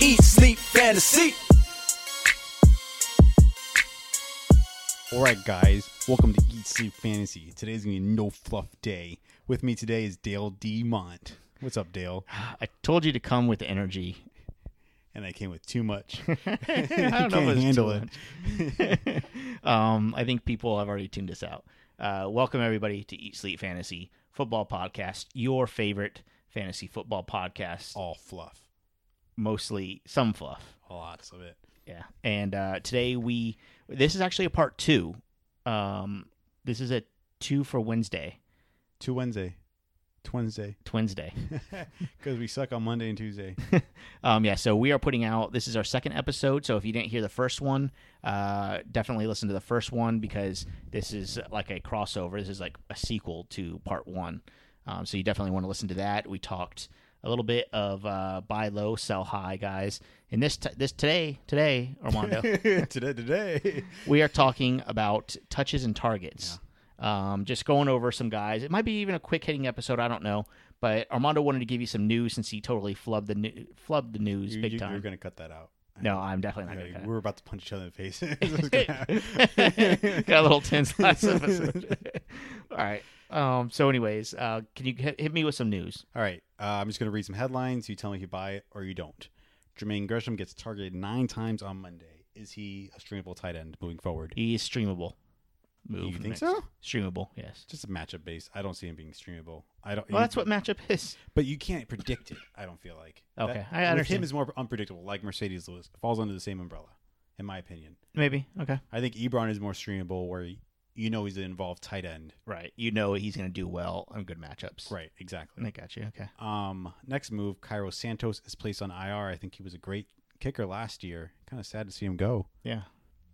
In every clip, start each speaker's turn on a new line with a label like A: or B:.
A: Eat, Sleep, Fantasy.
B: All right, guys, welcome to Eat Sleep Fantasy. Today's gonna be a no fluff day. With me today is Dale D. Mont. What's up, Dale?
C: I told you to come with energy.
B: And I came with too much.
C: I don't know if
B: Can't
C: it's
B: handle
C: too much. um, I think people have already tuned us out. Uh, welcome everybody to Eat Sleep Fantasy Football Podcast, your favorite fantasy football podcast.
B: All fluff,
C: Mostly some fluff.
B: lots of it.
C: Yeah. And uh, today we this is actually a part two. Um, this is a two for Wednesday.
B: To Wednesday, to Wednesday,
C: Wednesday.
B: because we suck on Monday and Tuesday.
C: Um, yeah, so we are putting out this is our second episode. So if you didn't hear the first one, uh, definitely listen to the first one because this is like a crossover. This is like a sequel to part one. Um, so you definitely want to listen to that. We talked a little bit of uh, buy low, sell high, guys. And this t- this today today Armando,
B: today, today.
C: we are talking about touches and targets. Um, just going over some guys. It might be even a quick hitting episode. I don't know. But Armando wanted to give you some news since he totally flubbed the new, flubbed the news
B: You,
C: big
B: you,
C: time.
B: are gonna cut that out.
C: No, I'm definitely
B: Yeah,
C: not
B: we're about to punch each other in the face. This is gonna
C: gonna
B: happen.
C: cut it. Got a little tense last episode. All right. Um, so, anyways, uh, can you hit, hit me with some news?
B: All right, uh, I'm just gonna read some headlines. You tell me if you buy it or you don't. Jermaine Gresham gets targeted nine times on Monday. Is he a streamable tight end moving forward?
C: He is E streamable. Move
B: You think
C: next.
B: so?
C: Streamable, yes.
B: just a matchup base. I don't see him being streamable. I don't.
C: Well, that's what matchup is.
B: But you can't predict it. I don't feel like.
C: Okay,
B: That-
C: I
B: with
C: understand.
B: Him is more unpredictable. Like Mercedes Lewis falls under the same umbrella, in my opinion.
C: Maybe. Okay.
B: I think Ebron is more streamable, where y- you know he's an involved tight end.
C: Right. You know he's going to do well on good matchups.
B: Right. Exactly.
C: I got you. Okay.
B: Um. Next move, Cairo Santos is placed on IR. I think he was a great kicker last year. Kind of sad to see him go.
C: Yeah.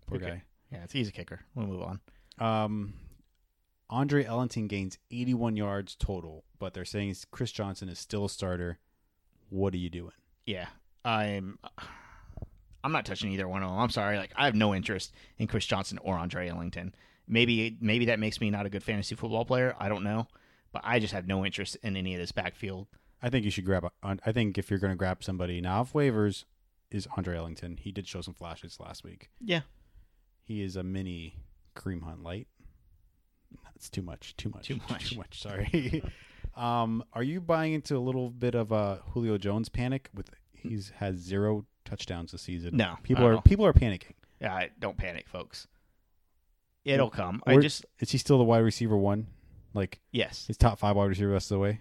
B: Poor
C: Okay. Yeah, it's he's a kicker. We'll move on.
B: guy. Um. Andre Ellington gains 81 yards total, but they're saying Chris Johnson is still a starter. What are you doing?
C: Yeah. I'm. I'm not touching either one of them. I'm sorry. Like I have no interest in Chris Johnson or Andre Ellington. Maybe maybe that makes me not a good fantasy football player. I don't know, but I just have no interest in any of this backfield.
B: I think you should grab. A, I think if you're going to grab somebody now off waivers, is Andre Ellington. He did show some flashes last week.
C: Yeah.
B: He is a mini Kareem Hunt light. That's too much. Too much.
C: Too much.
B: Too much. Sorry. um, are you buying into a little bit of uh, Julio Jones panic? With he's has zero touchdowns this season.
C: No,
B: people
C: not
B: are
C: at all.
B: people are panicking.
C: Yeah. I- Don't panic, folks. It'll come. I
B: Or-
C: just
B: Is he still the wide receiver one? Like
C: yes.
B: his top five wide receiver rest of the way.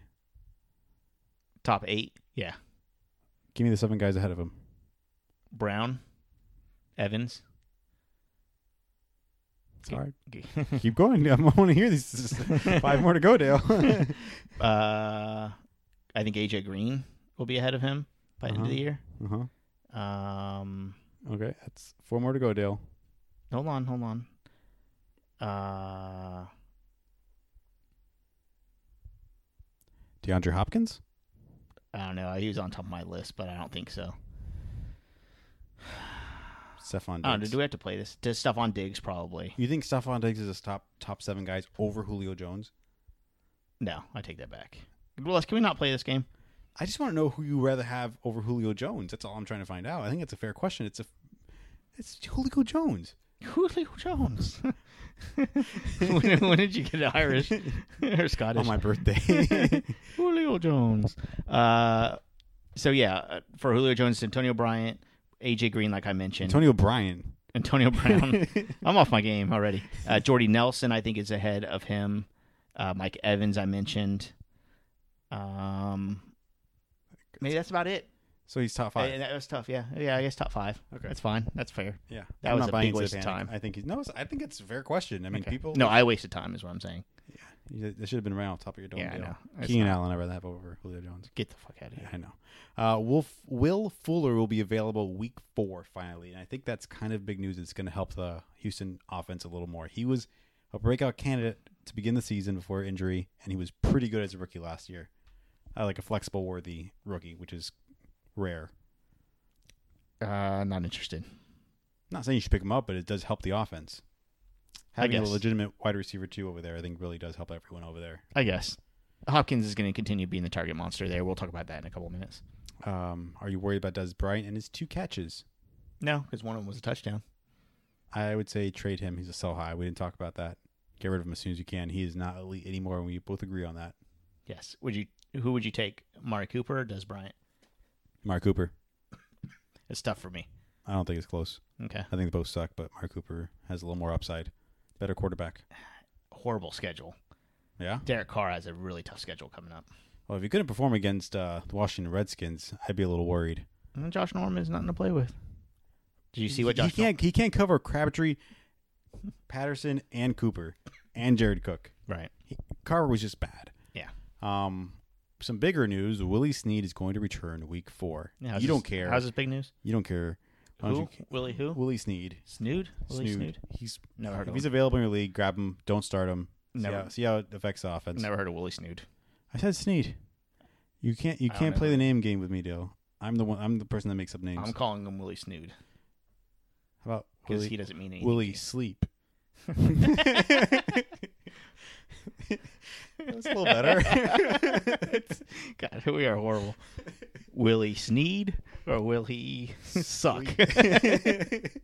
C: Top eight. Yeah.
B: Give me the seven guys ahead of him.
C: Brown, Evans.
B: It's hard. Keep going. I want to hear these. Five more to go, Dale.
C: Uh, I think AJ Green will be ahead of him by the end of the
B: Uh-huh.
C: year.
B: Uh huh.
C: Um.
B: Okay, that's four more to go, Dale.
C: Hold on, hold on. Uh,
B: DeAndre Hopkins.
C: I don't know. He was on top of my list, but I don't think so.
B: Stephon
C: Oh,
B: Diggs.
C: do we have to play this? To stuff on Diggs, probably.
B: you think Stephon Diggs is a top top seven guys over Julio Jones?
C: No, I take that back. Bless, can we not play this game?
B: I just want to know who you rather have over Julio Jones. That's all I'm trying to find out. I think it's a fair question. It's a it's Julio Jones.
C: Julio Jones. when, when did you get Irish or Scottish?
B: On my birthday.
C: Julio Jones. Uh, so yeah, uh, for Julio Jones, Antonio Bryant, AJ Green, like I mentioned,
B: Antonio Bryan.
C: Antonio Brown. I'm off my game already. Uh, Jordy Nelson, I think, is ahead of him. Uh, Mike Evans, I mentioned. Um, maybe that's about it.
B: So he's top five.
C: Uh, that was tough. Yeah, yeah. I guess top five.
B: Okay.
C: that's fine. That's fair.
B: yeah,
C: that was a big
B: buying into the
C: waste of
B: panic.
C: time.
B: I think he's no. it's- I think it's a fair question. I mean,
C: Okay.
B: people.
C: No, I wasted time is what I'm saying.
B: You- That should have been right on top of your dome.
C: Yeah, I
B: Dale.
C: know. It's
B: Keenan Allen, I read that over Julio Jones.
C: Get the fuck out of here.
B: Yeah, I know. Uh, Will Will Fuller will be available week four finally, and I think that's kind of big news. It's going to help the Houston offense a little more. He was a breakout candidate to begin the season before injury, and he was pretty good as a rookie last year, uh, like a flexible worthy rookie, which is rare.
C: Uh, not interested.
B: not saying you should pick him up, but it does help the offense. Having a
C: guess.
B: legitimate wide receiver too over there, I think, really does help everyone over there.
C: I guess Hopkins is going to continue being the target monster there. We'll talk about that in a couple of minutes.
B: Um, are you worried about Des Bryant and his two catches?
C: No, because one of them was a touchdown.
B: I would say trade him. He's a sell high. We didn't talk about that. Get rid of him as soon as you can. He is not elite anymore, and we both agree on that.
C: Yes. Would you? Who would you take? Mari Cooper or Des Bryant?
B: Mark Cooper.
C: It's tough for me.
B: I don't think it's close.
C: Okay.
B: I think they both suck, but Mark Cooper has a little more upside. Better quarterback.
C: Horrible schedule.
B: Yeah.
C: Derek Carr has a really tough schedule coming up.
B: Well, if he couldn't perform against uh, the Washington Redskins, I'd be a little worried.
C: And Josh Norman is nothing to play with. Did you see what Josh?
B: he can't he can't cover Crabtree, Patterson, and Cooper, and Jared Cook.
C: Nor- right.
B: He, Carver was just bad.
C: Yeah.
B: Um, some bigger news: Willie Snead is going to return Week Four.
C: Yeah,
B: you
C: how's
B: don't
C: this-
B: care.
C: How's this big news?
B: you don't care. Why don't
C: Who?
B: you ca-
C: Willie who?
B: Willie Snead.
C: Snood? Willie Snood.
B: He's
C: Never heard
B: if
C: of
B: he's
C: him.
B: available in your league, grab him. Don't start him. See
C: Never.
B: how, see how it affects the offense.
C: Never heard of Willie Snood.
B: I said Snead. You can't you
C: I don't
B: can't
C: know.
B: play the name game with me, Dale. I'm the one. I'm the person that makes up names.
C: I'm calling him Willie Snood
B: how about
C: because
B: Willie?
C: he doesn't mean anything.
B: Willie sleep. That's a little better.
C: God, we are horrible. will he sneed or will he suck?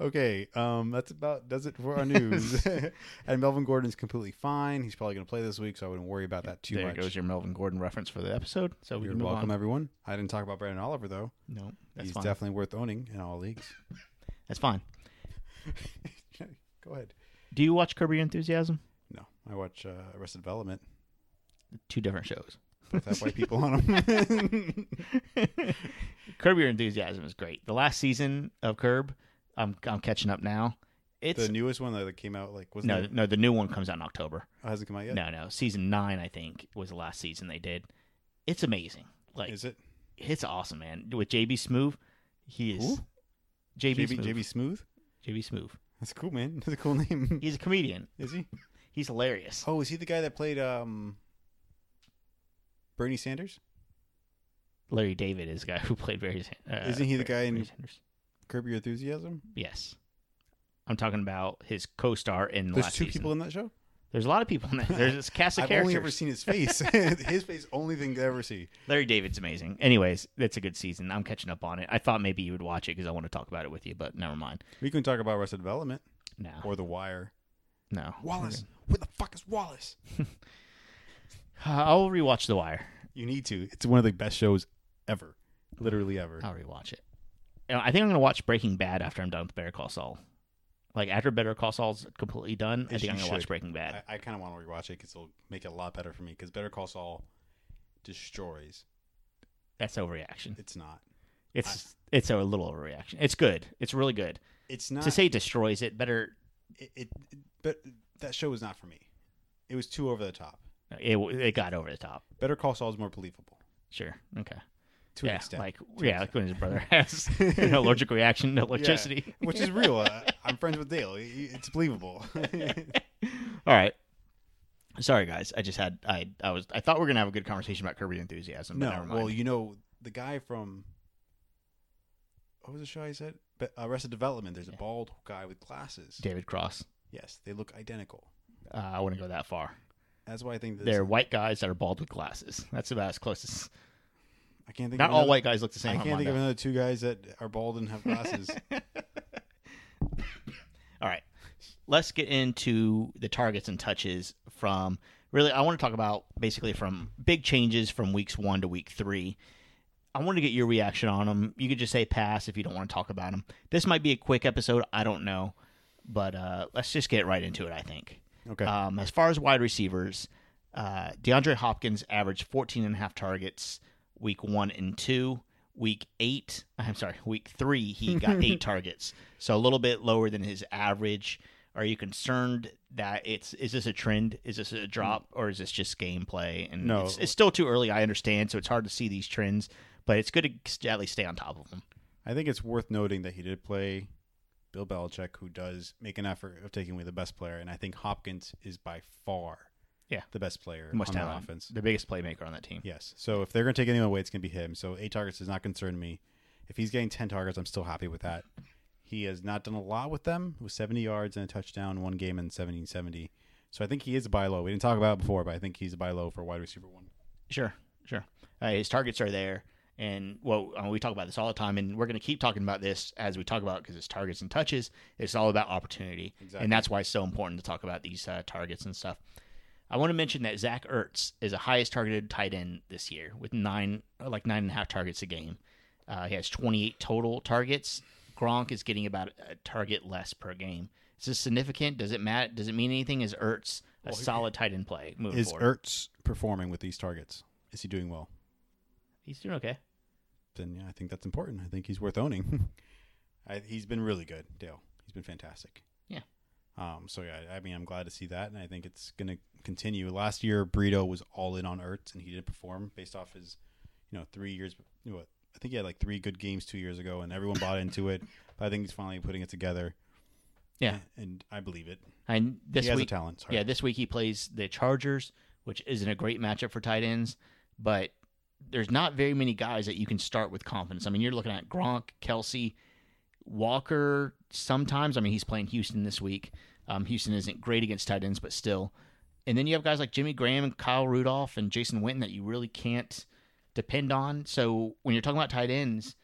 B: okay, um, that's about does it for our news. and Melvin Gordon's completely fine. He's probably going to play this week, so I wouldn't worry about that too
C: there
B: much.
C: goes your Melvin Gordon reference for the episode. So we
B: You're
C: can move
B: welcome,
C: on.
B: everyone. I didn't talk about Brandon Oliver though.
C: No, that's
B: He's
C: fine.
B: definitely worth owning in all leagues.
C: that's fine.
B: Go ahead.
C: Do you watch Curb Your Enthusiasm?
B: No, I watch uh, Arrested Development.
C: Two different shows.
B: Both have white people on them.
C: Curb Your Enthusiasm is great. The last season of Curb, I'm I'm catching up now. It's
B: the newest one that came out like was
C: no,
B: not it?
C: no. The new one comes out in October.
B: Oh, hasn't come out yet.
C: No, no. Season nine, I think, was the last season they did. It's amazing. Like
B: Is it
C: it's awesome, man. With JB Smoove, he is
B: Who?
C: JB
B: JB,
C: Smoove.
B: JB Smooth?
C: JB Smoove.
B: That's cool, man. That's a cool name.
C: He's a comedian.
B: Is he?
C: He's hilarious.
B: Oh, is he the guy that played um Bernie Sanders?
C: Larry David is the guy who played Barry. San- Uh,
B: Isn't he the
C: Barry-
B: guy in-
C: Barry Sanders?
B: Curb Your Enthusiasm?
C: Yes. I'm talking about his co-star in the
B: There's
C: last
B: two
C: season.
B: people in that show.
C: There's a lot of people in that. There's a cast of
B: I've
C: characters.
B: only ever seen his face. his face, only thing I ever see.
C: Larry David's amazing. Anyways, that's a good season. I'm catching up on it. I thought maybe you would watch it because I want to talk about it with you, but never mind.
B: We can talk about Arrested Development
C: No,
B: or The Wire.
C: no.
B: Wallace, where the fuck is Wallace?
C: I'll rewatch The Wire.
B: You need to. It's one of the best shows ever, literally ever.
C: I'll rewatch it. You know, I think I'm gonna watch Breaking Bad after I'm done with Better Call Saul. Like after Better Call Saul's completely done, I
B: As
C: think I'm
B: you
C: gonna
B: should.
C: watch Breaking Bad.
B: I, I kind of want to rewatch it because it'll make it a lot better for me. Because Better Call Saul destroys.
C: That's overreaction.
B: It's not.
C: It's it's a little overreaction. It's good. It's really good.
B: It's not.
C: to say destroys it better.
B: it, it, it- but that show was not for me. It was too over the top.
C: It it got over the top.
B: Better Call Saul is more believable
C: Sure. Okay.
B: to
C: yeah,
B: an extent.
C: like yeah, like when his brother has an allergic reaction to
B: Yeah,
C: electricity.
B: which is real. Uh, I'm friends with Dale. It- It's believable.
C: All right. Sorry guys, I just had I I was I thought we were gonna have a good conversation about Kirby enthusiasm, but never
B: no,
C: mind.
B: well, you know the guy from what was the show I said? But Arrested Development. There's a bald guy with glasses.
C: David Cross.
B: Yes, they look identical.
C: Uh, I wouldn't go that far.
B: That's why I think this,
C: They're white guys that are bald with glasses. That's about as close as.
B: I can't think. of
C: Not all
B: another-
C: white guys look the same.
B: I
C: on
B: can't think of
C: Monday.
B: another two guys that are bald and have glasses.
C: All right, let's get into the targets and touches from. Really, I want to talk about basically from big changes from weeks one to week three. I want to get your reaction on them. You could just say pass if you don't want to talk about them. This might be a quick episode. I don't know, but uh, let's just get right into it. I think.
B: okay.
C: Um, as far as wide receivers, uh, DeAndre Hopkins averaged 14 and a half targets week one and two. Week eight, I'm sorry, week three, he got eight targets. So a little bit lower than his average. Are you concerned that it's is this a trend? Is this a drop, or is this just gameplay? And
B: No.
C: it's, it's still too early. I understand, so it's hard to see these trends, but it's good to at least stay on top of them.
B: I think it's worth noting that he did play Bill Belichick, who does make an effort of taking away the best player, and I think Hopkins is by far
C: Yeah.
B: the best player
C: Most
B: on that
C: talent,
B: offense.
C: the biggest playmaker on that team.
B: Yes. So if they're going to take anyone away, it's going to be him. So eight targets does not concern me. If he's getting ten targets, I'm still happy with that. He has not done a lot with them, with 70 yards and a touchdown, one game in 1770. So I think he is a buy low. We didn't talk about it before, but I think he's a buy low for wide receiver one.
C: Sure, sure. Uh, his targets are there, and well, uh, we talk about this all the time, and we're going to keep talking about this as we talk about because it's targets and touches. It's all about opportunity,
B: Exactly.
C: and that's why it's so important to talk about these uh, targets and stuff. I want to mention that Zach Ertz is the highest targeted tight end this year with nine, uh, like nine and a half targets a game. Uh, he has 28 total targets. Gronk is getting about a target less per game. Is this significant? Does it matter? Does it mean anything? Is Ertz a solid tight end play moving
B: Is
C: forward?
B: Ertz performing with these targets? Is he doing well?
C: He's doing okay.
B: then yeah, I think that's important. I think he's worth owning. I, he's been really good, Dale. He's been fantastic.
C: Yeah.
B: Um. So yeah, I mean, I'm glad to see that, and I think it's going to continue. Last year, Burrito was all in on Ertz, and he didn't perform based off his, you know, three years. You know, what I think he had like three good games two years ago, and everyone bought into it. But I think he's finally putting it together.
C: Yeah.
B: and I believe it.
C: And this
B: he has
C: week,
B: a talent. Sorry.
C: yeah, this week he plays the Chargers, which isn't a great matchup for tight ends, but there's not very many guys that you can start with confidence. I mean, you're looking at Gronk, Kelsey, Walker. Sometimes, I mean, he's playing Houston this week. Um, Houston isn't great against tight ends, but still. And then you have guys like Jimmy Graham and Kyle Rudolph and Jason Witten that you really can't depend on. So when you're talking about tight ends,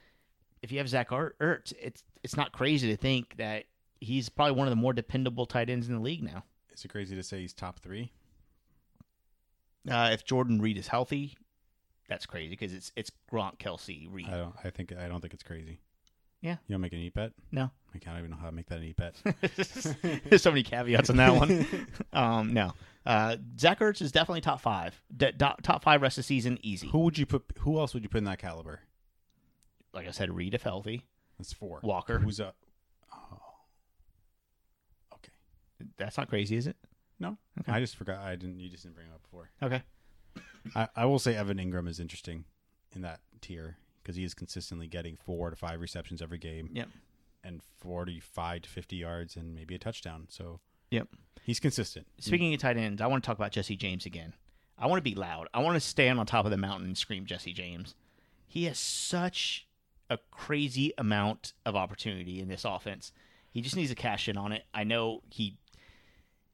C: if you have Zach Er- Ertz, it's it's not crazy to think that he's probably one of the more dependable tight ends in the league now.
B: Is it crazy to say he's top three?
C: Uh, if Jordan Reed is healthy, Uh, that's crazy because it's it's Gronk, Kelsey, Reed.
B: I don't. I think. I don't think it's crazy.
C: Yeah.
B: You don't make an eat bet.
C: no,
B: I can't even know how to make that an eat bet.
C: there's so many caveats on that one. um, no, uh, Zach Ertz is definitely top five. D- do- top five rest of the season, easy.
B: Who would you put? Who else would you put in that caliber?
C: Like I said, Reed if healthy,
B: That's four.
C: Walker.
B: Who's up? Oh, okay.
C: That's not crazy, is it?
B: No, I just forgot. I didn't. You just didn't bring him up before.
C: Okay.
B: I, I will say Evan Ingram is interesting in that tier because he is consistently getting four to five receptions every game
C: Yep.
B: and forty-five to fifty yards and maybe a touchdown. So
C: Yep.
B: he's consistent.
C: Speaking of tight ends, I want to talk about Jesse James again. I want to be loud. I want to stand on top of the mountain and scream Jesse James. He has such a crazy amount of opportunity in this offense. He just needs to cash in on it. I know he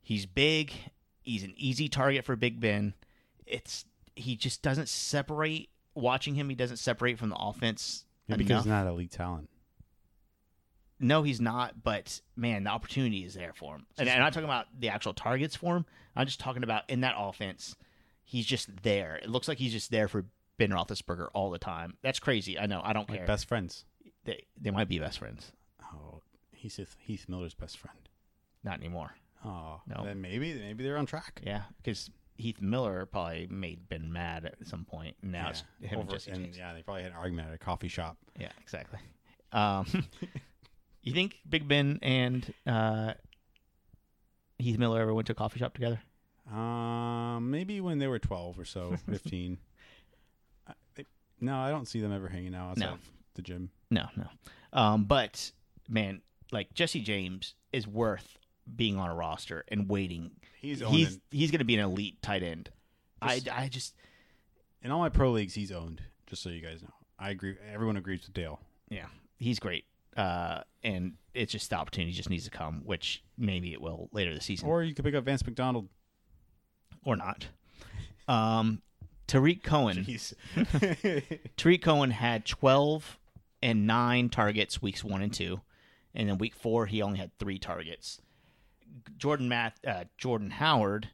C: he's big. He's an easy target for Big Ben. It's he just doesn't separate. Watching him, he doesn't separate from the offense.
B: Maybe because
C: enough.
B: he's not elite talent.
C: No, he's not. But man, the opportunity is there for him. And I'm not talking about the actual targets for him. I'm just talking about in that offense, he's just there. It looks like he's just there for Ben Roethlisberger all the time. That's crazy. I know. I don't
B: Like
C: care.
B: best friends.
C: They they might be best friends.
B: Oh, he's Heath, Heath Miller's best friend.
C: Not anymore.
B: Oh,
C: No.
B: Then maybe maybe they're on track.
C: Yeah, because Heath Miller probably made Ben mad at some point. and Now it's
B: Yeah.
C: him and
B: Over-
C: Jesse
B: and
C: James.
B: yeah, they probably had an argument at a coffee shop.
C: Yeah, exactly. Um, you think Big Ben and uh, Heath Miller ever went to a coffee shop together?
B: Um, maybe when they were twelve or so, fifteen. I, they, no, I don't see them ever hanging out outside
C: No.
B: of the gym.
C: No, no. Um, but man, like Jesse James is worth being on a roster and waiting.
B: He's owned
C: he's
B: in,
C: he's going to be an elite tight end. I
B: Just-
C: I just
B: in all my pro leagues. He's owned. Just so you guys know, I agree. Everyone agrees with Dale.
C: yeah, he's great. Uh, and it's just the opportunity just needs to come, which maybe it will later this season or,
B: Or you could pick up Vance McDonald.
C: not. Um, Tariq Cohen.
B: He's
C: Tariq Cohen had 12 and 9 targets weeks 1 and 2. And then week 4 he only had 3 targets. Jordan Math uh, Jordan Howard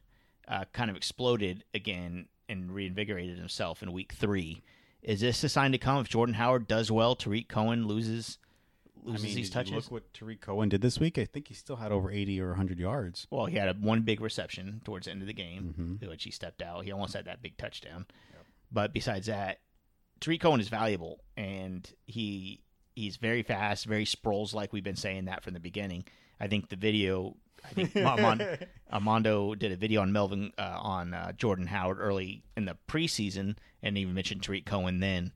C: uh, kind of exploded again and reinvigorated himself in week 3. Is this a sign to come if Jordan Howard does well, Tariq Cohen loses
B: I
C: loses
B: mean,
C: these
B: did you
C: touches?
B: look what Tariq Cohen did this week. I think he still had over eighty or hundred yards.
C: well, he had a, one big reception towards the end of the game, which he stepped out. He almost had that big touchdown. But besides that, Tariq Cohen is valuable, and he he's very fast, very Sproles like we've been saying that from the beginning. I think the video I think Armando, Armando did a video on Melvin uh, on uh, Jordan Howard early in the preseason, and even mentioned Tariq Cohen then.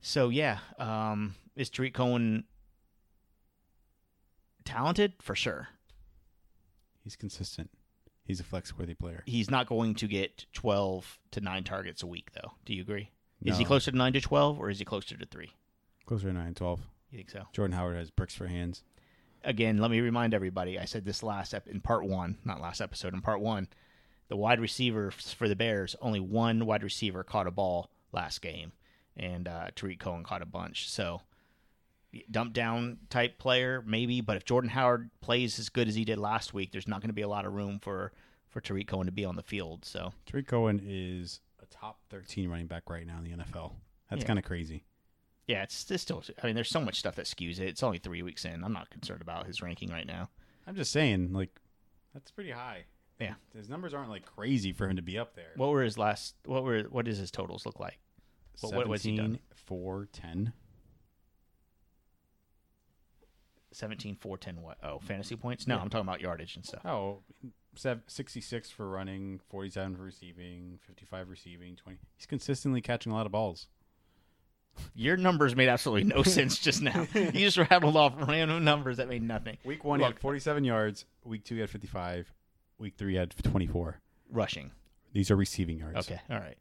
C: So yeah, um, is Tariq Cohen talented for sure?
B: He's consistent. He's a flex worthy player.
C: He's not going to get twelve to nine targets a week, though. Do you agree? Is he
B: No.
C: closer to nine to twelve, or is he closer to three?
B: Closer to 9 12.
C: You think so?
B: Jordan Howard has bricks for hands.
C: again, let me remind everybody. I said this last ep- in part one, not last episode, in part one. The wide receivers for the Bears, only one wide receiver caught a ball last game, and uh, Tariq Cohen caught a bunch. So, dump down type player maybe, but if Jordan Howard plays as good as he did last week, there's not going to be a lot of room for for Tariq Cohen to be on the field. So,
B: Tariq Cohen is a top 13 running back right now in the NFL. That's
C: Yeah.
B: kind of crazy.
C: yeah, it's, it's still. I mean, there's so much stuff that skews it. It's only three weeks in. I'm not concerned about his ranking right now.
B: I'm just saying, like, that's pretty high.
C: Yeah.
B: His numbers aren't like crazy for him to be up there.
C: What were his last? What were? What does his totals look like? Well, what was he done?
B: 4 10.
C: 17 4 10 what oh fantasy points no i'm talking about yardage and stuff
B: Oh, sev- 66 for running, 47 for receiving, 55 receiving, 20. He's consistently catching a lot of balls.
C: your numbers made absolutely no sense just now you just rattled off random numbers that made nothing
B: Week one, he had
C: Look.
B: 47 yards. Week two, he had 55. Week three, he had 24.
C: rushing
B: These are receiving yards.
C: okay all right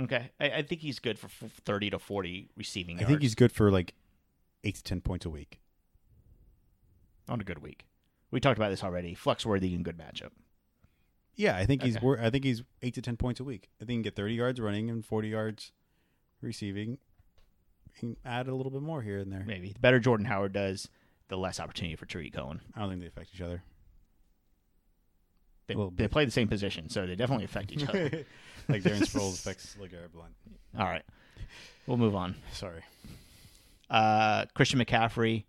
C: okay i, I think he's good for f- 30 to 40 receiving
B: I
C: yards
B: think he's good for like eight to 10 points a week.
C: on a good week we talked about this already flex worthy and good matchup
B: Yeah, I think he's
C: Okay.
B: wor- I think he's eight to ten points a week. I think he can get thirty yards running and forty yards receiving. He can add a little bit more here and there.
C: maybe the better jordan howard does the less opportunity for tariq cohen
B: I don't think they affect each other.
C: they,
B: Well,
C: they
B: but-
C: play the same position so they definitely affect each other
B: Like Darren Sproles affects LeGarrette Blunt.
C: all right we'll move on
B: Sorry.
C: Uh, Christian McCaffrey,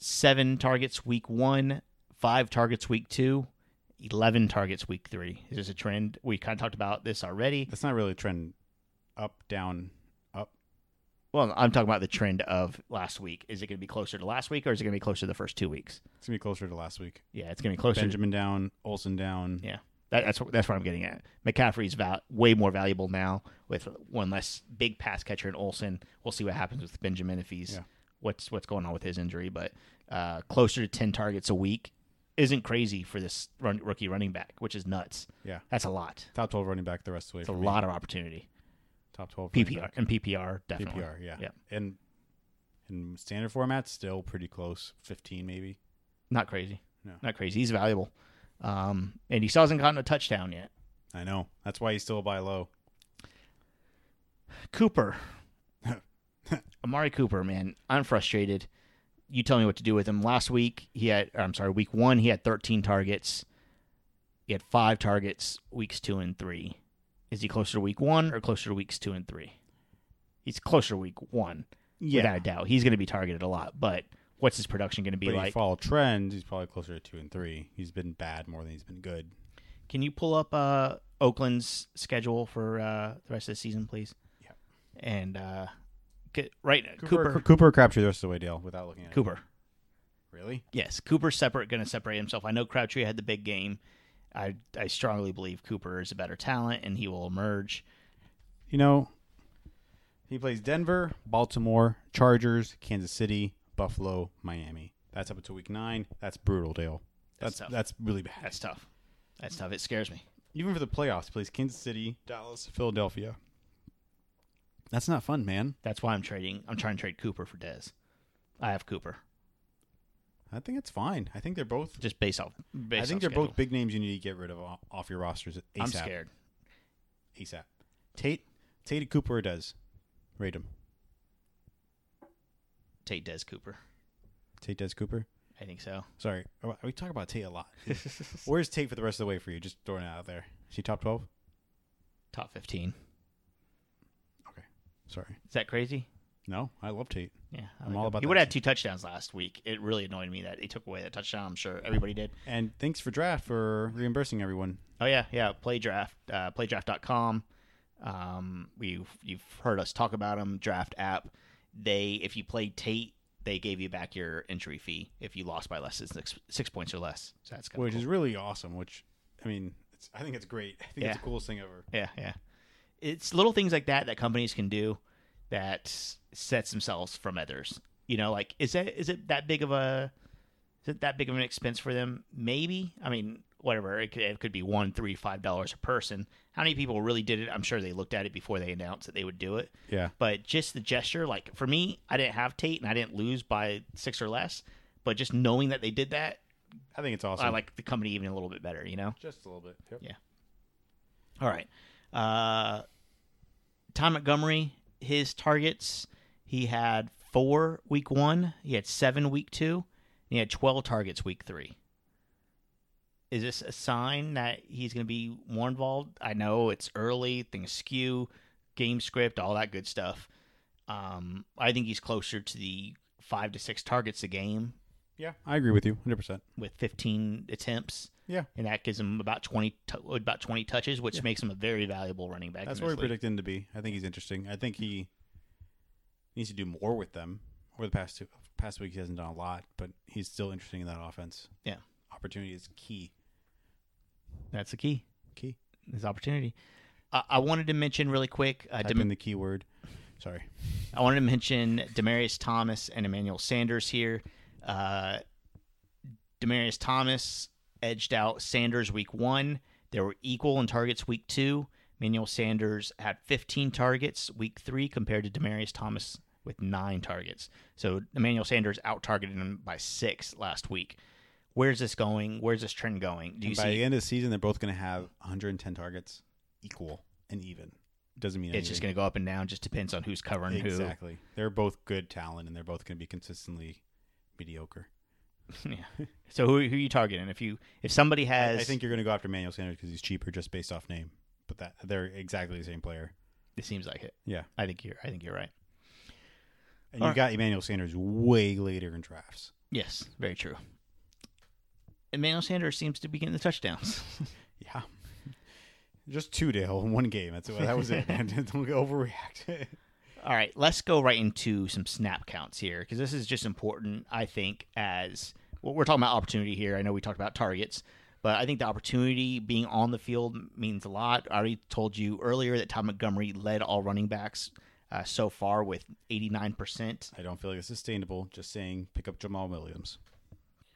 C: seven targets week one, five targets week two, 11 targets week three. Is this a trend? We kind of talked about this already.
B: That's not really a trend up, down, up.
C: Well, I'm talking about the trend of last week. Is it going to be closer to last week or is it going to be closer to the first two weeks?
B: It's gonna be closer to last week.
C: Yeah, it's going to be closer.
B: Benjamin down, Olsen down.
C: To, yeah, that, that's that's what I'm getting at. McCaffrey's val- way more valuable now with one less big pass catcher in Olsen. We'll see what happens with Benjamin if he's
B: Yeah.
C: what's what's going on with his injury, but uh, closer to ten targets a week isn't crazy for this run, rookie running back, which is nuts.
B: Yeah.
C: That's a lot.
B: Top twelve running back the rest of the way.
C: It's a
B: for me.
C: lot of opportunity.
B: Top twelve running
C: PPR
B: back.
C: and PPR definitely.
B: PPR. Yeah.
C: Yeah.
B: And in standard format, still pretty close. Fifteen maybe.
C: Not crazy.
B: No.
C: Not crazy. He's valuable. Um, and he still hasn't gotten a touchdown yet.
B: I know. That's why he's still by low.
C: Cooper. Amari Cooper, man, I'm frustrated. You tell me what to do with him. Last week, he had, or I'm sorry, week one, he had 13 targets. He had five targets weeks two and three. Is he closer to week one or closer to weeks two and three? He's closer to week one, without a doubt. He's going to be targeted a lot, but what's his production going to be
B: but you
C: like?
B: follow trends, he's probably closer to two and three. He's been bad more than he's been good.
C: Can you pull up uh, Oakland's schedule for uh, the rest of the season, please?
B: Yeah.
C: And uh, get, right,
B: Cooper,
C: Cooper.
B: Cooper Crabtree the rest of the way, Dale, without looking at
C: Cooper.
B: it. Really?
C: Yes, Cooper's separate, going to separate himself. I know Crabtree had the big game. I I strongly believe Cooper is a better talent, and he will emerge.
B: You know, he plays Denver, Baltimore, Chargers, Kansas City, Buffalo, Miami. That's up until week nine. That's brutal, Dale.
C: That's
B: That's
C: tough.
B: that's, really bad.
C: That's tough. That's tough. It scares me.
B: Even for the playoffs, he plays Kansas City, Dallas, Philadelphia. That's not fun, man.
C: That's why I'm trading. I'm trying to trade Cooper for Dez. I have Cooper
B: I think it's fine. I think they're both.
C: just based off. Based
B: I think
C: off
B: they're both
C: schedule.
B: big names you need to get rid of off, off your rosters ASAP.
C: I'm scared.
B: ASAP. Tate, Tate and Cooper does. Rate him.
C: Take Dez Cooper.
B: Tate does Cooper.
C: I think so.
B: Sorry, oh, we talk about Tate a lot. Where's Tate for the rest of the way for you? Just throwing it out there. Is he top twelve?
C: Top 15.
B: Okay. Sorry.
C: Is that crazy?
B: No, I love Tate.
C: Yeah, I
B: I'm
C: like
B: all
C: him.
B: about
C: He
B: that
C: would have had
B: team.
C: two touchdowns last week. It really annoyed me that they took away the touchdown. I'm sure everybody did.
B: And thanks for draft for reimbursing everyone.
C: Oh yeah, yeah. Playdraft, uh, playdraft.com. Um, we you've heard us talk about them. Draft app. They if you play Tate they gave you back your entry fee if you lost by less than six, six points or less. So that's kind
B: which
C: of cool.
B: is really awesome. Which I mean, it's, I think it's great. I think it's
C: Yeah.
B: the coolest thing ever.
C: yeah, yeah. It's little things like that that companies can do that sets themselves from others. You know, like is that is it that big of a is it that big of an expense for them? Maybe. I mean, whatever. It could, it could be one, three, five dollars a person. How many people really did it? I'm sure they looked at it before they announced that they would do it.
B: Yeah.
C: but just the gesture like for me i didn't have tate and i didn't lose by six or less but just knowing that they did that
B: I think it's awesome.
C: i like the company even a little bit better you know
B: just a little bit. Yep.
C: Yeah. all right uh tom montgomery his targets he had four week one he had seven week two and he had 12 targets week three is this a sign that he's going to be more involved i know it's early things skew game script all that good stuff um, i think he's closer to the five to six targets a game
B: Yeah, I agree with you 100%.
C: with 15 attempts
B: Yeah.
C: and that gives him about 20 to- about 20 touches which makes him a very valuable running back
B: That's
C: in
B: where we
C: this league.
B: predict him to be. I think he's interesting. I think he needs to do more with them. Over the past two past week, he hasn't done a lot, but he's still interesting in that offense.
C: yeah
B: Opportunity is key.
C: that's the key
B: Key.
C: This opportunity uh, i wanted to mention really quick uh,
B: Type
C: Dem-
B: in the key word. Sorry.
C: I wanted to mention Demarius Thomas and Emmanuel Sanders here. Uh, Demarius Thomas edged out Sanders week one. They were equal in targets week two. Emmanuel Sanders had 15 targets week three compared to Demarius Thomas with nine targets. So Emmanuel Sanders out targeted him by six last week. Where's this going? Where's this trend going? Do you
B: And by the
C: see
B: end of the season, they're both going to have 110 targets, equal and even. Doesn't mean
C: it's just going
B: anything.
C: to go up and down? Just depends on who's covering who.
B: exactly. They're both good talent, and they're both going to be consistently mediocre.
C: yeah. So who, who are you targeting? If you if somebody
B: I-
C: has
B: I think you're going to go after Manuel Sanders because he's cheaper, just based off name. But that they're exactly the same player.
C: It seems like it.
B: Yeah.
C: I think you're. I think you're right.
B: And
C: All
B: you
C: right.
B: got Emmanuel Sanders way later in drafts.
C: Yes, very true. Emmanuel Sanders seems to be getting the touchdowns.
B: Yeah. Just two, Dale, in one game. That's that was it. man. Don't overreact.
C: All right, let's go right into some snap counts here because this is just important. I think as well, we're talking about opportunity here. I know we talked about targets, but I think the opportunity being on the field means a lot. I already told you earlier that Tom Montgomery led all running backs uh, so far with eighty nine percent.
B: I don't feel like it's sustainable. Just saying, pick up Jamal Williams.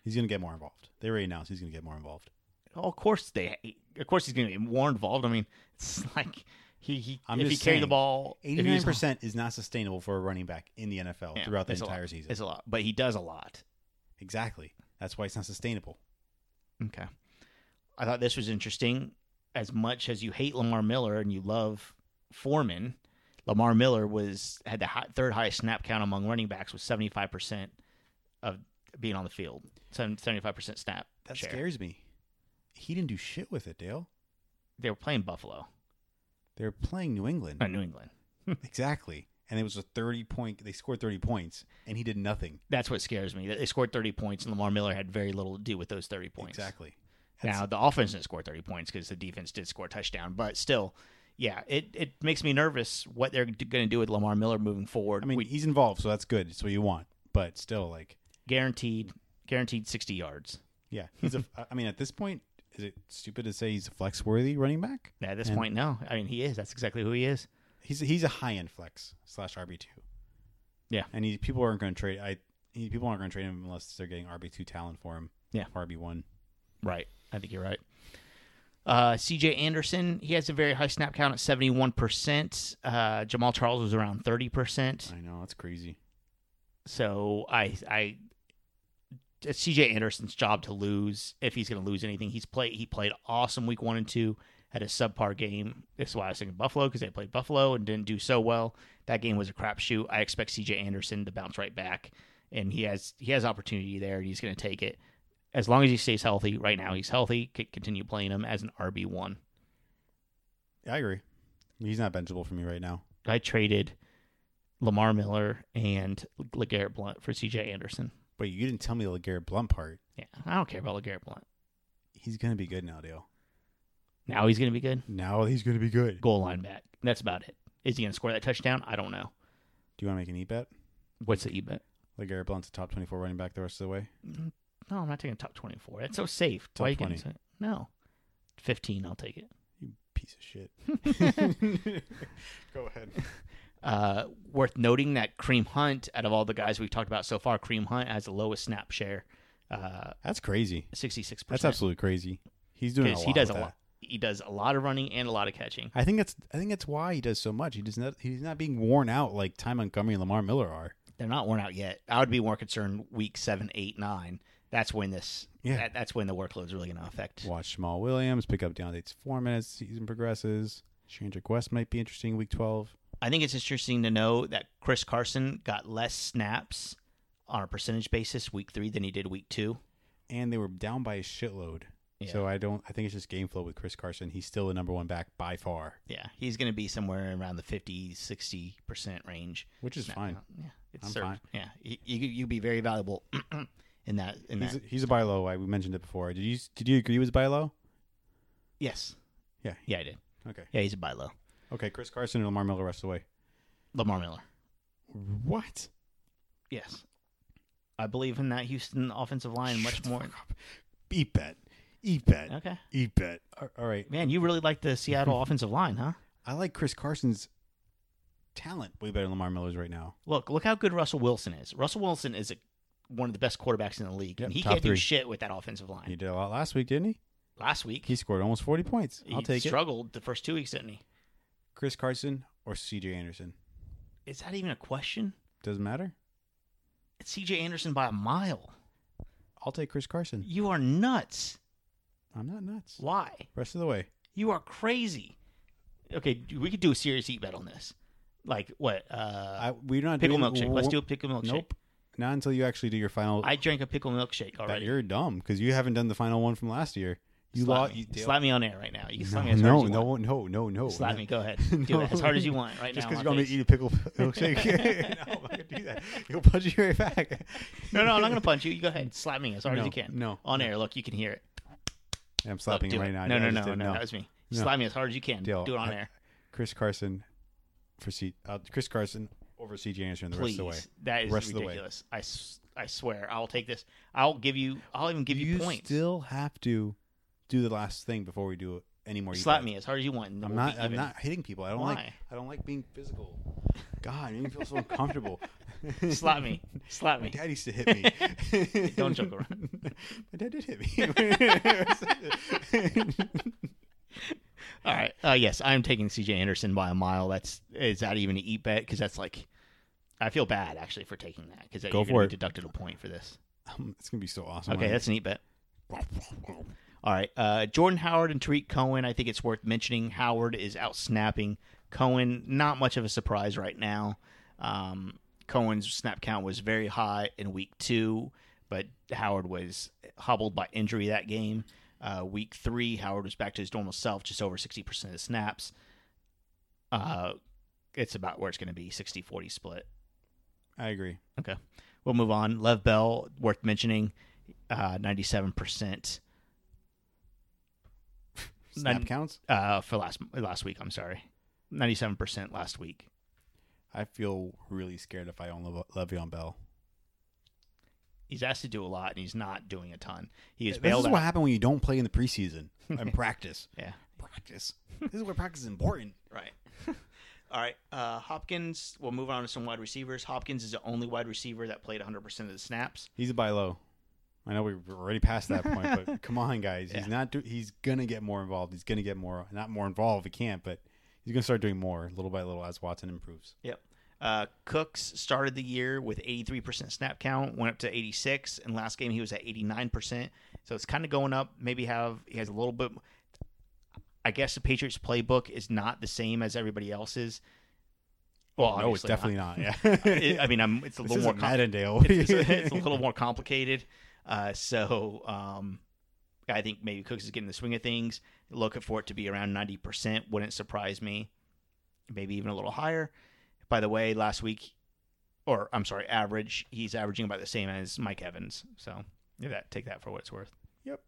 B: He's going to get more involved. They already announced he's going to get more involved.
C: Oh, of course they. Of course he's going to get more involved. I mean, it's like he he
B: I'm
C: if he
B: just
C: carried the
B: saying,
C: ball, if he was-
B: Eighty-nine percent is not sustainable for a running back in the NFL
C: yeah,
B: throughout the
C: it's a lot.
B: entire season.
C: it's a lot, but he does a lot.
B: Exactly. That's why it's not sustainable.
C: Okay, I thought this was interesting. As much as you hate Lamar Miller and you love Foreman, Lamar Miller was had the high, third highest snap count among running backs with seventy five percent of being on the field, seventy five percent snap
B: That
C: share.
B: scares me. He didn't do shit with it, Dale.
C: They were playing Buffalo,
B: They're playing New England.
C: not New England.
B: Exactly. And it was a 30 point, they scored 30 points, and he did nothing.
C: That's what scares me. that They scored thirty points, and Lamar Miller had very little to do with those thirty points.
B: Exactly. That's-
C: Now the offense didn't score 30 points because the defense did score a touchdown, but still, yeah, it, it makes me nervous what they're going to do with Lamar Miller moving forward.
B: I mean,
C: we
B: he's involved, so that's good. It's what you want. But still, like,
C: guaranteed guaranteed 60 yards.
B: yeah, he's a, I mean, at this point, is it stupid to say he's a flex worthy running back?
C: At this
B: And-
C: point, no. I mean, he is. That's exactly who he is.
B: He's he's a high end flex slash RB two.
C: Yeah.
B: and he, people aren't going to trade. I he, people aren't going to trade him unless they're getting RB two talent for him.
C: Yeah.
B: RB one.
C: Right. I think you're right. Uh, CJ Anderson, he has a very high snap count at 71%. Uh, Jamal Charles was around 30%.
B: I know that's crazy.
C: So I I it's CJ Anderson's job to lose if he's going to lose anything. He's played he played awesome week 1 and 2 had a subpar game. That's why I was thinking Buffalo because they played Buffalo and didn't do so well. That game was a crapshoot. I expect CJ Anderson to bounce right back and he has he has opportunity there and he's going to take it. As long as he stays healthy, right now he's healthy, could continue playing him as an RB1.
B: Yeah, I agree. He's not benchable for me right now.
C: I traded Lamar Miller and LeGarrette Blunt for CJ Anderson.
B: But you didn't tell me the Legarrette Blunt part.
C: Yeah, I don't care about LeGarrette Blunt.
B: He's going to be good now, Dale.
C: Now he's going to be good.
B: Now he's going to be good.
C: Goal line back. That's about it. Is he going to score that touchdown? I don't know.
B: Do you want to make an e bet?
C: What's the e bet?
B: Like Gary Blunt's a top twenty-four running back the rest of the way.
C: Mm, No, I'm not taking top 24. That's so safe.
B: Top
C: Why you getting
B: 20.
C: sa- No. 15, I'll take it.
B: You piece of shit. Go ahead.
C: Uh, worth noting that Cream Hunt, out of all the guys we've talked about so far, Cream Hunt has the lowest snap share, uh,
B: That's crazy.
C: 66%.
B: That's absolutely crazy. He's doing a
C: 'Cause
B: lot.
C: He does a
B: with that.
C: lot. He does a lot of running and a lot of catching.
B: I think that's I think that's why he does so much. He does not he's not being worn out like Ty Montgomery and Lamar Miller are.
C: They're not worn out yet. I would be more concerned week seven, eight, nine. That's when this.
B: Yeah.
C: That, that's when the workload's really going to affect.
B: Watch Jamal Williams pick up Deontay's form as season progresses. Chandrick West might be interesting week twelve.
C: I think it's interesting to know that Chris Carson got less snaps on a percentage basis week three than he did week two.
B: And they were down by a shitload.
C: Yeah.
B: So I don't I think it's just game flow with Chris Carson. He's still the number one back by far.
C: Yeah, he's going to be somewhere around the 50, 60% range.
B: Which is
C: No,
B: fine.
C: no, Yeah, it's
B: I'm
C: served.
B: fine.
C: Yeah, you you you'd be very valuable in that. In
B: He's
C: that,
B: a, he's a buy low. I we mentioned it before. Did you did you agree with buy low?
C: yes.
B: Yeah.
C: Yeah, I did.
B: Okay.
C: Yeah, he's a buy low.
B: Okay, Chris Carson and Lamar Miller rest of the way.
C: Lamar Miller.
B: What?
C: Yes, I believe in that Houston offensive line much more.
B: Eat bet. Eat bet.
C: Okay,
B: Eat bet. All- all right.
C: man, you really like the Seattle offensive line, huh?
B: I like Chris Carson's talent way better than Lamar Miller's right now.
C: Look, look how good Russell Wilson is. Russell Wilson is a, one of the best quarterbacks in the league,
B: Yep,
C: and he
B: top
C: can't do
B: three.
C: shit with that offensive line.
B: He did a lot last week, didn't he?
C: Last week,
B: He scored almost 40 points. I'll
C: he
B: take
C: struggled the first two weeks, didn't he?
B: it. Chris Carson or CJ Anderson?
C: Is that even a question?
B: Doesn't matter.
C: It's C.J. Anderson by a mile.
B: I'll take Chris Carson.
C: You are nuts.
B: I'm not nuts.
C: Why?
B: Rest of the way.
C: You are crazy. Okay, we could do a serious eat bet on this. Like what? Uh,
B: I, we're not
C: pickle
B: doing,
C: milkshake. Let's do a pickle milkshake.
B: Nope. Not until you actually do your final.
C: I drank a pickle milkshake
B: that
C: already.
B: you're dumb because you haven't done the final one from last year. You
C: slap,
B: lost.
C: me.
B: You,
C: slap me on air right now. You can slap me as hard
B: no,
C: as you
B: no,
C: want.
B: no, no, no.
C: slap
B: no.
C: me. Go ahead. Do it as hard as you want right
B: Just
C: now.
B: because
C: on
B: you want me to
C: my
B: eat a pickle milkshake, no, I'm not gonna do that. You'll punch you right back.
C: face. no, no, I'm not going to punch you. You go ahead. Slap me as hard as
B: No,
C: you can.
B: no,
C: on air. Look, you can hear it.
B: I'm
C: Look,
B: slapping
C: do
B: him right
C: it.
B: now.
C: No,
B: I
C: no,
B: just
C: no,
B: didn't
C: no,
B: know.
C: That was me.
B: No.
C: Slap me as hard as you can.
B: Deal.
C: Do it on
B: I-
C: air.
B: Chris Carson for C. Uh, Chris Carson over CJ Anderson the rest of
C: Please.
B: the way.
C: That is
B: Rest of the way.
C: ridiculous. I, s- I swear. I'll take this. I'll give you. I'll even give you,
B: You
C: points.
B: still have to do the last thing before we do any more.
C: Slap
B: eat
C: me as hard as you want. And
B: bets. I'm
C: we'll
B: not.
C: be
B: I'm
C: even.
B: not hitting people. I don't like.
C: Why?
B: I don't like being physical. God, it made me feel so uncomfortable.
C: Slap me. Slap
B: My
C: me.
B: dad used to hit me.
C: Don't joke around.
B: My dad did hit me.
C: All right. Uh, yes, I'm taking CJ Anderson by a mile. That's is that even an eat bet? Because that's like, I feel bad actually for taking that because
B: Go
C: you're
B: for
C: going
B: it.
C: to be deducted a point for this.
B: Um, it's gonna be so awesome.
C: Okay, that's an eat bet. All right. Uh, Jordan Howard and Tariq Cohen. I think it's worth mentioning. Howard is out snapping Cohen. Not much of a surprise right now. Um, Cohen's snap count was very high in week two, but Howard was hobbled by injury that game. Uh, week three, Howard was back to his normal self, just over 60% of the snaps. Uh, it's about where it's going to be 60 40 split.
B: I agree.
C: Okay. We'll move on. Lev Bell, worth mentioning, uh, 97%
B: Snap
C: Nin-
B: counts.
C: uh, for last last week. I'm sorry. 97% last week.
B: I feel really scared if I own Lev- Le'Veon Bell.
C: He's asked to do a lot, and he's not doing a ton. He is
B: This
C: bailed
B: is
C: out.
B: what happened when you don't play in the preseason and practice.
C: yeah.
B: Practice. This is where practice is important.
C: Right. All right. Uh, Hopkins, we'll move on to some wide receivers. Hopkins is the only wide receiver that played 100% of the snaps.
B: He's a buy low. I know we're already past that point, but come on, guys.
C: Yeah.
B: He's not. Do- he's gonna get more involved. He's gonna get more. Not more involved. He can't, but he's gonna start doing more little by little as Watson improves.
C: Yep. Uh, Cooks started the year with 83% snap count, went up to 86, and last game he was at 89%. So it's kind of going up. Maybe have he has a little bit. I guess the Patriots playbook is not the same as everybody else's. Well,
B: no, it's
C: obviously
B: definitely not. Yeah,
C: It- I mean, I'm, it's a
B: this
C: little more
B: isn't
C: com-
B: Mattindale.
C: it's, it's- it's a little more complicated. Uh, so um, I think maybe Cooks is getting the swing of things. Looking for it to be around 90% wouldn't surprise me. Maybe even a little higher. By the way, last week, or I'm sorry, average, he's averaging about the same as Mike Evans. So yeah, that, take that for what it's worth.
B: Yep.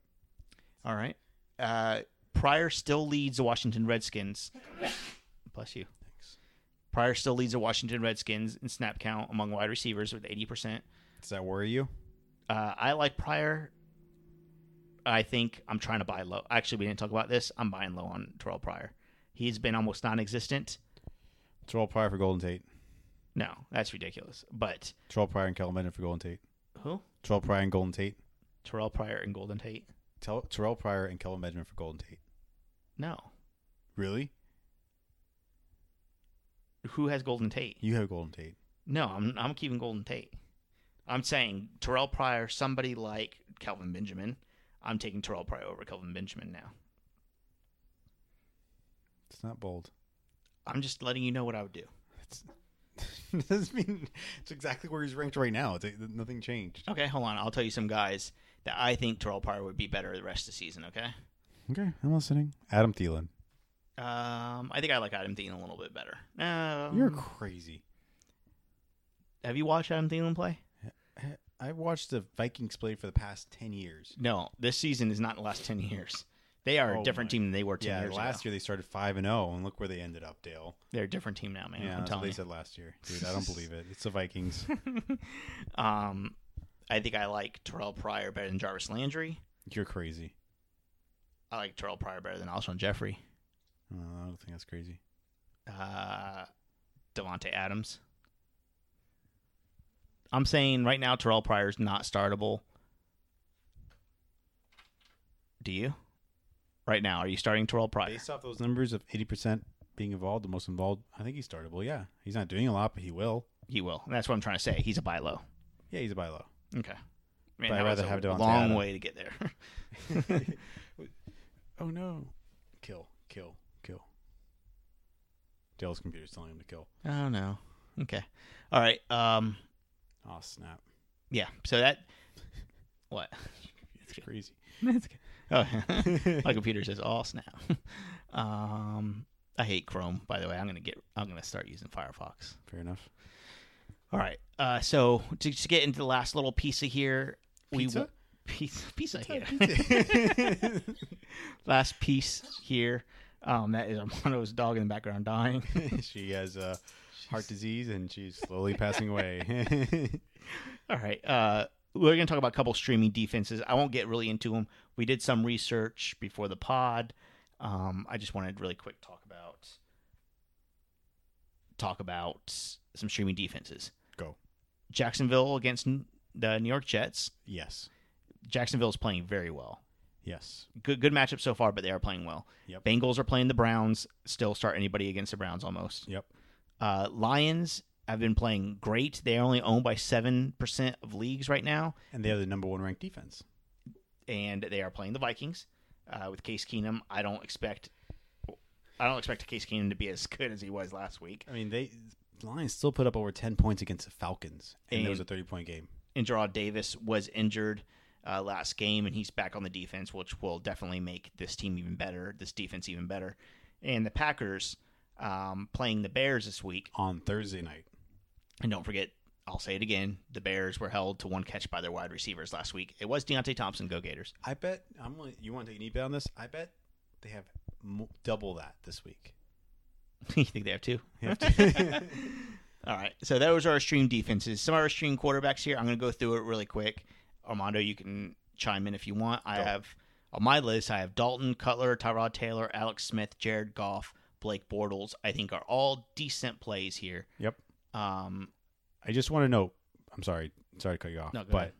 C: All right. Uh, Pryor still leads the Washington Redskins. Bless you. Thanks. Pryor still leads the Washington Redskins in snap count among wide receivers with 80%.
B: Does that worry you?
C: Uh, I like Pryor. I think I'm trying to buy low. Actually, we didn't talk about this. I'm buying low on Terrell Pryor. He's been almost non existent.
B: Terrell Pryor for Golden Tate.
C: No, that's ridiculous. But
B: Terrell Pryor and Kel Mendon for Golden Tate.
C: who?
B: Terrell Pryor and Golden Tate.
C: Terrell Pryor and Golden Tate?
B: Tel- Terrell Pryor and Kel Mendon for Golden Tate.
C: No.
B: Really?
C: Who has Golden Tate?
B: You have Golden Tate.
C: No, I'm I'm keeping Golden Tate. I'm saying Terrell Pryor, somebody like Calvin Benjamin. I'm taking Terrell Pryor over Calvin Benjamin now.
B: It's not bold.
C: I'm just letting you know what I would do.
B: It's, it doesn't mean it's exactly where he's ranked right now. It's, nothing changed.
C: Okay, hold on. I'll tell you some guys that I think Terrell Pryor would be better the rest of the season. Okay.
B: Okay, I'm listening. Adam Thielen.
C: Um, I think I like Adam Thielen a little bit better. Um,
B: You're crazy.
C: have you watched Adam Thielen play?
B: I watched the Vikings play for the past 10 years.
C: No, this season is not the last ten years. They are
B: Oh
C: a different
B: my-
C: team than they were ten
B: Yeah,
C: years
B: last
C: ago.
B: year they started 5 and 0 and look where they ended up, Dale.
C: They're a different team now, man.
B: Yeah,
C: I'm
B: that's what
C: telling
B: they
C: you.
B: said last year. Dude, I don't believe it. It's the Vikings.
C: Um, I think I like Terrell Pryor better than Jarvis Landry.
B: You're crazy.
C: I like Terrell Pryor better than Alshon Jeffrey.
B: Uh, I don't think that's crazy.
C: Uh, Devonte Adams. I'm saying right now Terrell Pryor's not startable. Do you? Right now, are you starting Terrell Pryor?
B: Based off those numbers of 80% being involved, the most involved, I think he's startable. Yeah, he's not doing a lot, but he will.
C: He will. That's what I'm trying to say. He's a buy low.
B: Yeah, he's a buy low.
C: Okay. Man,
B: But I'd
C: that was
B: rather
C: a
B: have Devontae
C: long
B: Adams.
C: way to get there.
B: oh no. Kill, kill, kill. Dale's computer's telling him to kill.
C: oh no. Okay. All right. Um.
B: Oh snap.
C: Yeah. So that. What?
B: It's crazy.
C: Oh, my computer says all snap. Um, I hate Chrome. By the way, I'm gonna get. I'm gonna start using Firefox.
B: Fair enough.
C: All right. Uh, so to, to get into the last little piece of here,
B: Pizza?
C: w- piece piece of here. last piece here. Um, that is Armando's dog in the background dying.
B: she has uh, heart disease and she's slowly passing away.
C: All right. Uh, we're going to talk about a couple streaming defenses. I won't get really into them. We did some research before the pod. Um, I just wanted to really quick talk about talk about some streaming defenses.
B: Go.
C: Jacksonville against N- the New York Jets.
B: Yes.
C: Jacksonville is playing very well.
B: Yes.
C: Good good matchup so far, but they are playing well.
B: Yep.
C: Bengals are playing the Browns. Still start anybody against the Browns almost.
B: Yep.
C: Uh, Lions have been playing great. They are only owned by seven percent of leagues right now.
B: And they have the number one ranked defense.
C: and they are playing the Vikings uh, with Case Keenum. I don't expect, I don't expect Case Keenum to be as good as he was last week.
B: I mean, they the Lions still put up over ten points against the Falcons, and, it was a
C: And-
B: thirty point game.
C: And Gerard Davis was injured uh, last game, and he's back on the defense, which will definitely make this team even better, this defense even better. And the Packers um, playing the Bears this week,
B: on Thursday night.
C: and don't forget. I'll say it again. The Bears were held to one catch by their wide receivers last week. It was Deontay Thompson, go Gators.
B: I bet I'm. gonna- You want to take any bet on this? I bet they have mo- double that this week.
C: you think they have two?
B: They have to-
C: All right. So those are our stream defenses. Some of our stream quarterbacks here. I'm going to go through it really quick. Armando, you can chime in if you want. I
B: Go.
C: have on my list. I have Dalton Cutler, Tyrod Taylor, Alex Smith, Jared Goff, Blake Bortles. I think are all decent plays here.
B: yep.
C: Um,
B: I just want to know. I'm sorry. Sorry to cut you off.
C: No, go
B: but
C: ahead.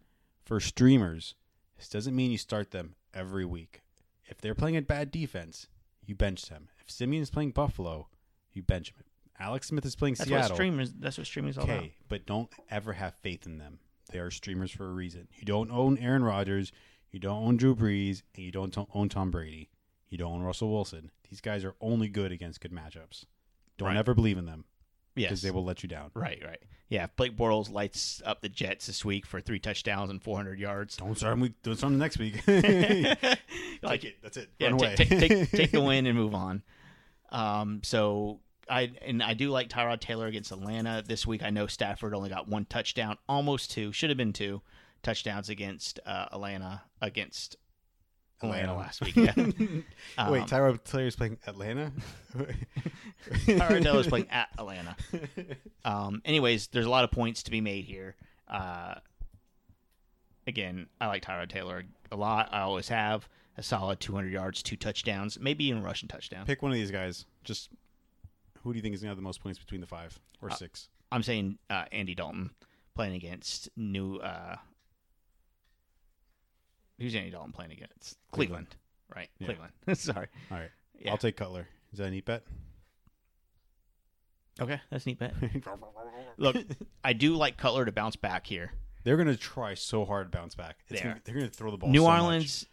B: for streamers, this doesn't mean you start them every week. If they're playing a bad defense, you bench them. If Simeon's playing Buffalo, you bench him. Alex Smith is playing
C: that's what
B: Seattle.
C: streamers. That's what streaming is all about.
B: okay, but don't ever have faith in them. They are streamers for a reason. You don't own Aaron Rodgers, you don't own Drew Brees, and you don't to- own Tom Brady. You don't own Russell Wilson. These guys are only good against good matchups. Don't
C: Right.
B: ever believe in them
C: Yes.
B: because they will let you down.
C: Right. Right. Yeah. if Blake Bortles lights up the Jets this week for three touchdowns and 400 yards.
B: Don't start them. week- Don't start them next week. Take
C: like
B: it. That's it.
C: yeah,
B: Run away.
C: Take, take, take, take the win and move on. Um, so I and I do like Tyrod Taylor against Atlanta this week. I know Stafford only got one touchdown, almost two, should have been two touchdowns against uh, Atlanta against Atlanta
B: Atlanta.
C: last week. Yeah.
B: Wait,
C: Um,
B: Tyrod Taylor's playing Atlanta.
C: Tyra Taylor's playing at Atlanta. Um, anyways, there's a lot of points to be made here. Uh, again, I like Tyrod Taylor a lot. I always have a solid 200 yards, two touchdowns, maybe even a rushing touchdown.
B: Pick one of these guys. Just who do you think is gonna have the most points between the five or six?
C: I'm saying uh, Andy Dalton playing against new. Uh, who's Andy Dalton playing against? Cleveland, right?
B: Yeah.
C: Cleveland. Sorry.
B: All right,
C: yeah.
B: I'll take Cutler. Is that a neat bet?
C: Okay, that's a neat bet. Look, I do like Cutler to bounce back here.
B: They're gonna try so hard to bounce back. It's
C: They
B: gonna,
C: are.
B: they're gonna throw the ball.
C: New
B: so much.
C: Orleans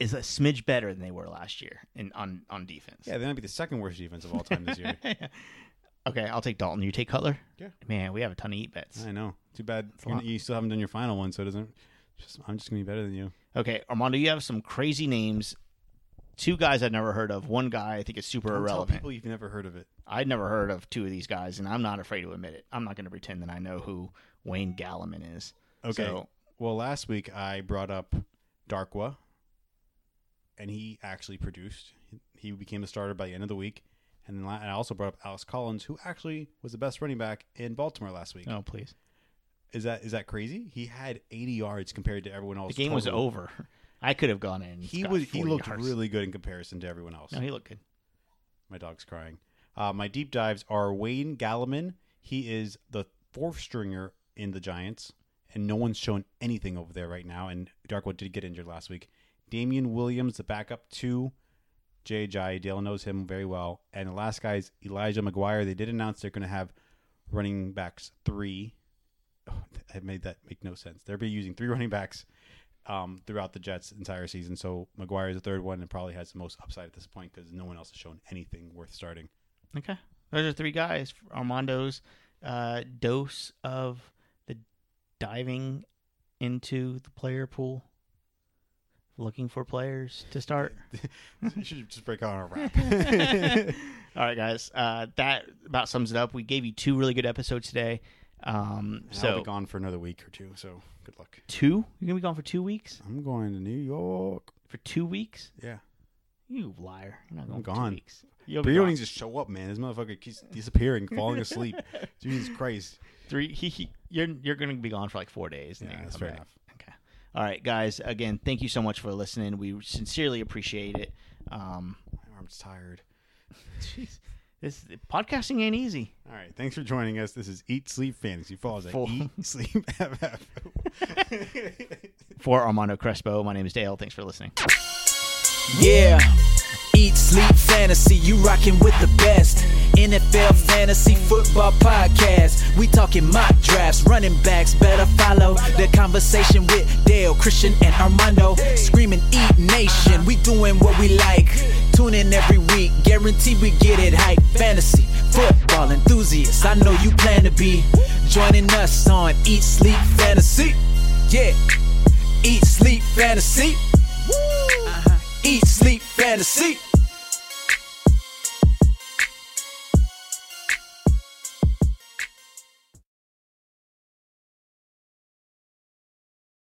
C: is a smidge better than they were last year in on on defense.
B: Yeah, they might be the second worst defense of all time this year.
C: Okay, I'll take Dalton. You take Cutler.
B: Yeah.
C: Man, we have a ton of eat bets.
B: I know. Too bad
C: a lot.
B: you still haven't done your final one, so it doesn't. Just, I'm just gonna be better than you.
C: Okay, Armando, you have some crazy names. Two guys I've never heard of. One guy I think is super
B: Don't Tell
C: irrelevant.
B: people you've never heard of it.
C: I'd never heard of two of these guys, and I'm not afraid to admit it. I'm not going to pretend that I know who Wayne Galliman is.
B: Okay.
C: So,
B: Well, last week I brought up Darkwa, and he actually produced. He became the starter by the end of the week. And then la- and I also brought up Alex Collins, who actually was the best running back in Baltimore last week.
C: oh please,
B: Is that is that crazy? He had 80 yards compared to everyone else.
C: the game was
B: total.
C: over. I could have gone in. and
B: He
C: got
B: was he
C: 40
B: looked
C: yards.
B: really good in comparison to everyone else.
C: No, he looked good.
B: My dog's crying. Uh, my deep dives are Wayne Galliman. He is the fourth stringer in the Giants, and no one's shown anything over there right now. And Darkwood did get injured last week. Damian Williams, the backup to Jay Jay. Dale knows him very well. And the last guy is Elijah McGuire. They did announce they're going to have running backs three. Oh, I made that make no sense. They'll be using three running backs um, throughout the Jets' entire season. So McGuire is the third one and probably has the most upside at this point because no one else has shown anything worth starting.
C: Okay, those are three guys. Armando's uh, dose of the diving into the player pool, looking for players to start.
B: you should just break out on a rap.
C: All right, guys, uh, that about sums it up. We gave you two really good episodes today. Um,
B: I'll
C: so
B: be gone for another week or two. So good luck.
C: two, you're gonna be gone for two weeks.
B: I'm going to New York.
C: For two weeks,
B: Yeah.
C: you liar! You're not going. for
B: gone.
C: Two weeks. You'll be
B: Brio
C: gone.
B: needs to show up, man. This motherfucker keeps disappearing, falling asleep. Jesus Christ.
C: three. He, he, you're you're gonna be gone for like four days. and
B: Yeah,
C: then you're
B: that's
C: gonna
B: fair
C: come back.
B: enough.
C: Okay. All right, guys. Again, thank you so much for listening. We sincerely appreciate it. Um,
B: My arm's tired.
C: jeez, this podcasting ain't easy.
B: All right. Thanks for joining us. This is Eat Sleep Fantasy Falls at
C: Full-
B: Eat Sleep FF.
C: For Armando Crespo, my name is Dale. Thanks for listening.
A: Yeah. Eat, sleep, fantasy. You rockin' with the best. NFL fantasy football podcast. We talking mock drafts, running backs. Better follow the conversation with Dale, Christian, and Armando. Screaming, Eat Nation. We doing what we like. Tune in every week. Guarantee we get it hype. Fantasy football enthusiasts. I know you plan to be joining us on Eat, Sleep, Fantasy. Yeah. Eat, sleep, fantasy. Eat, sleep, fantasy.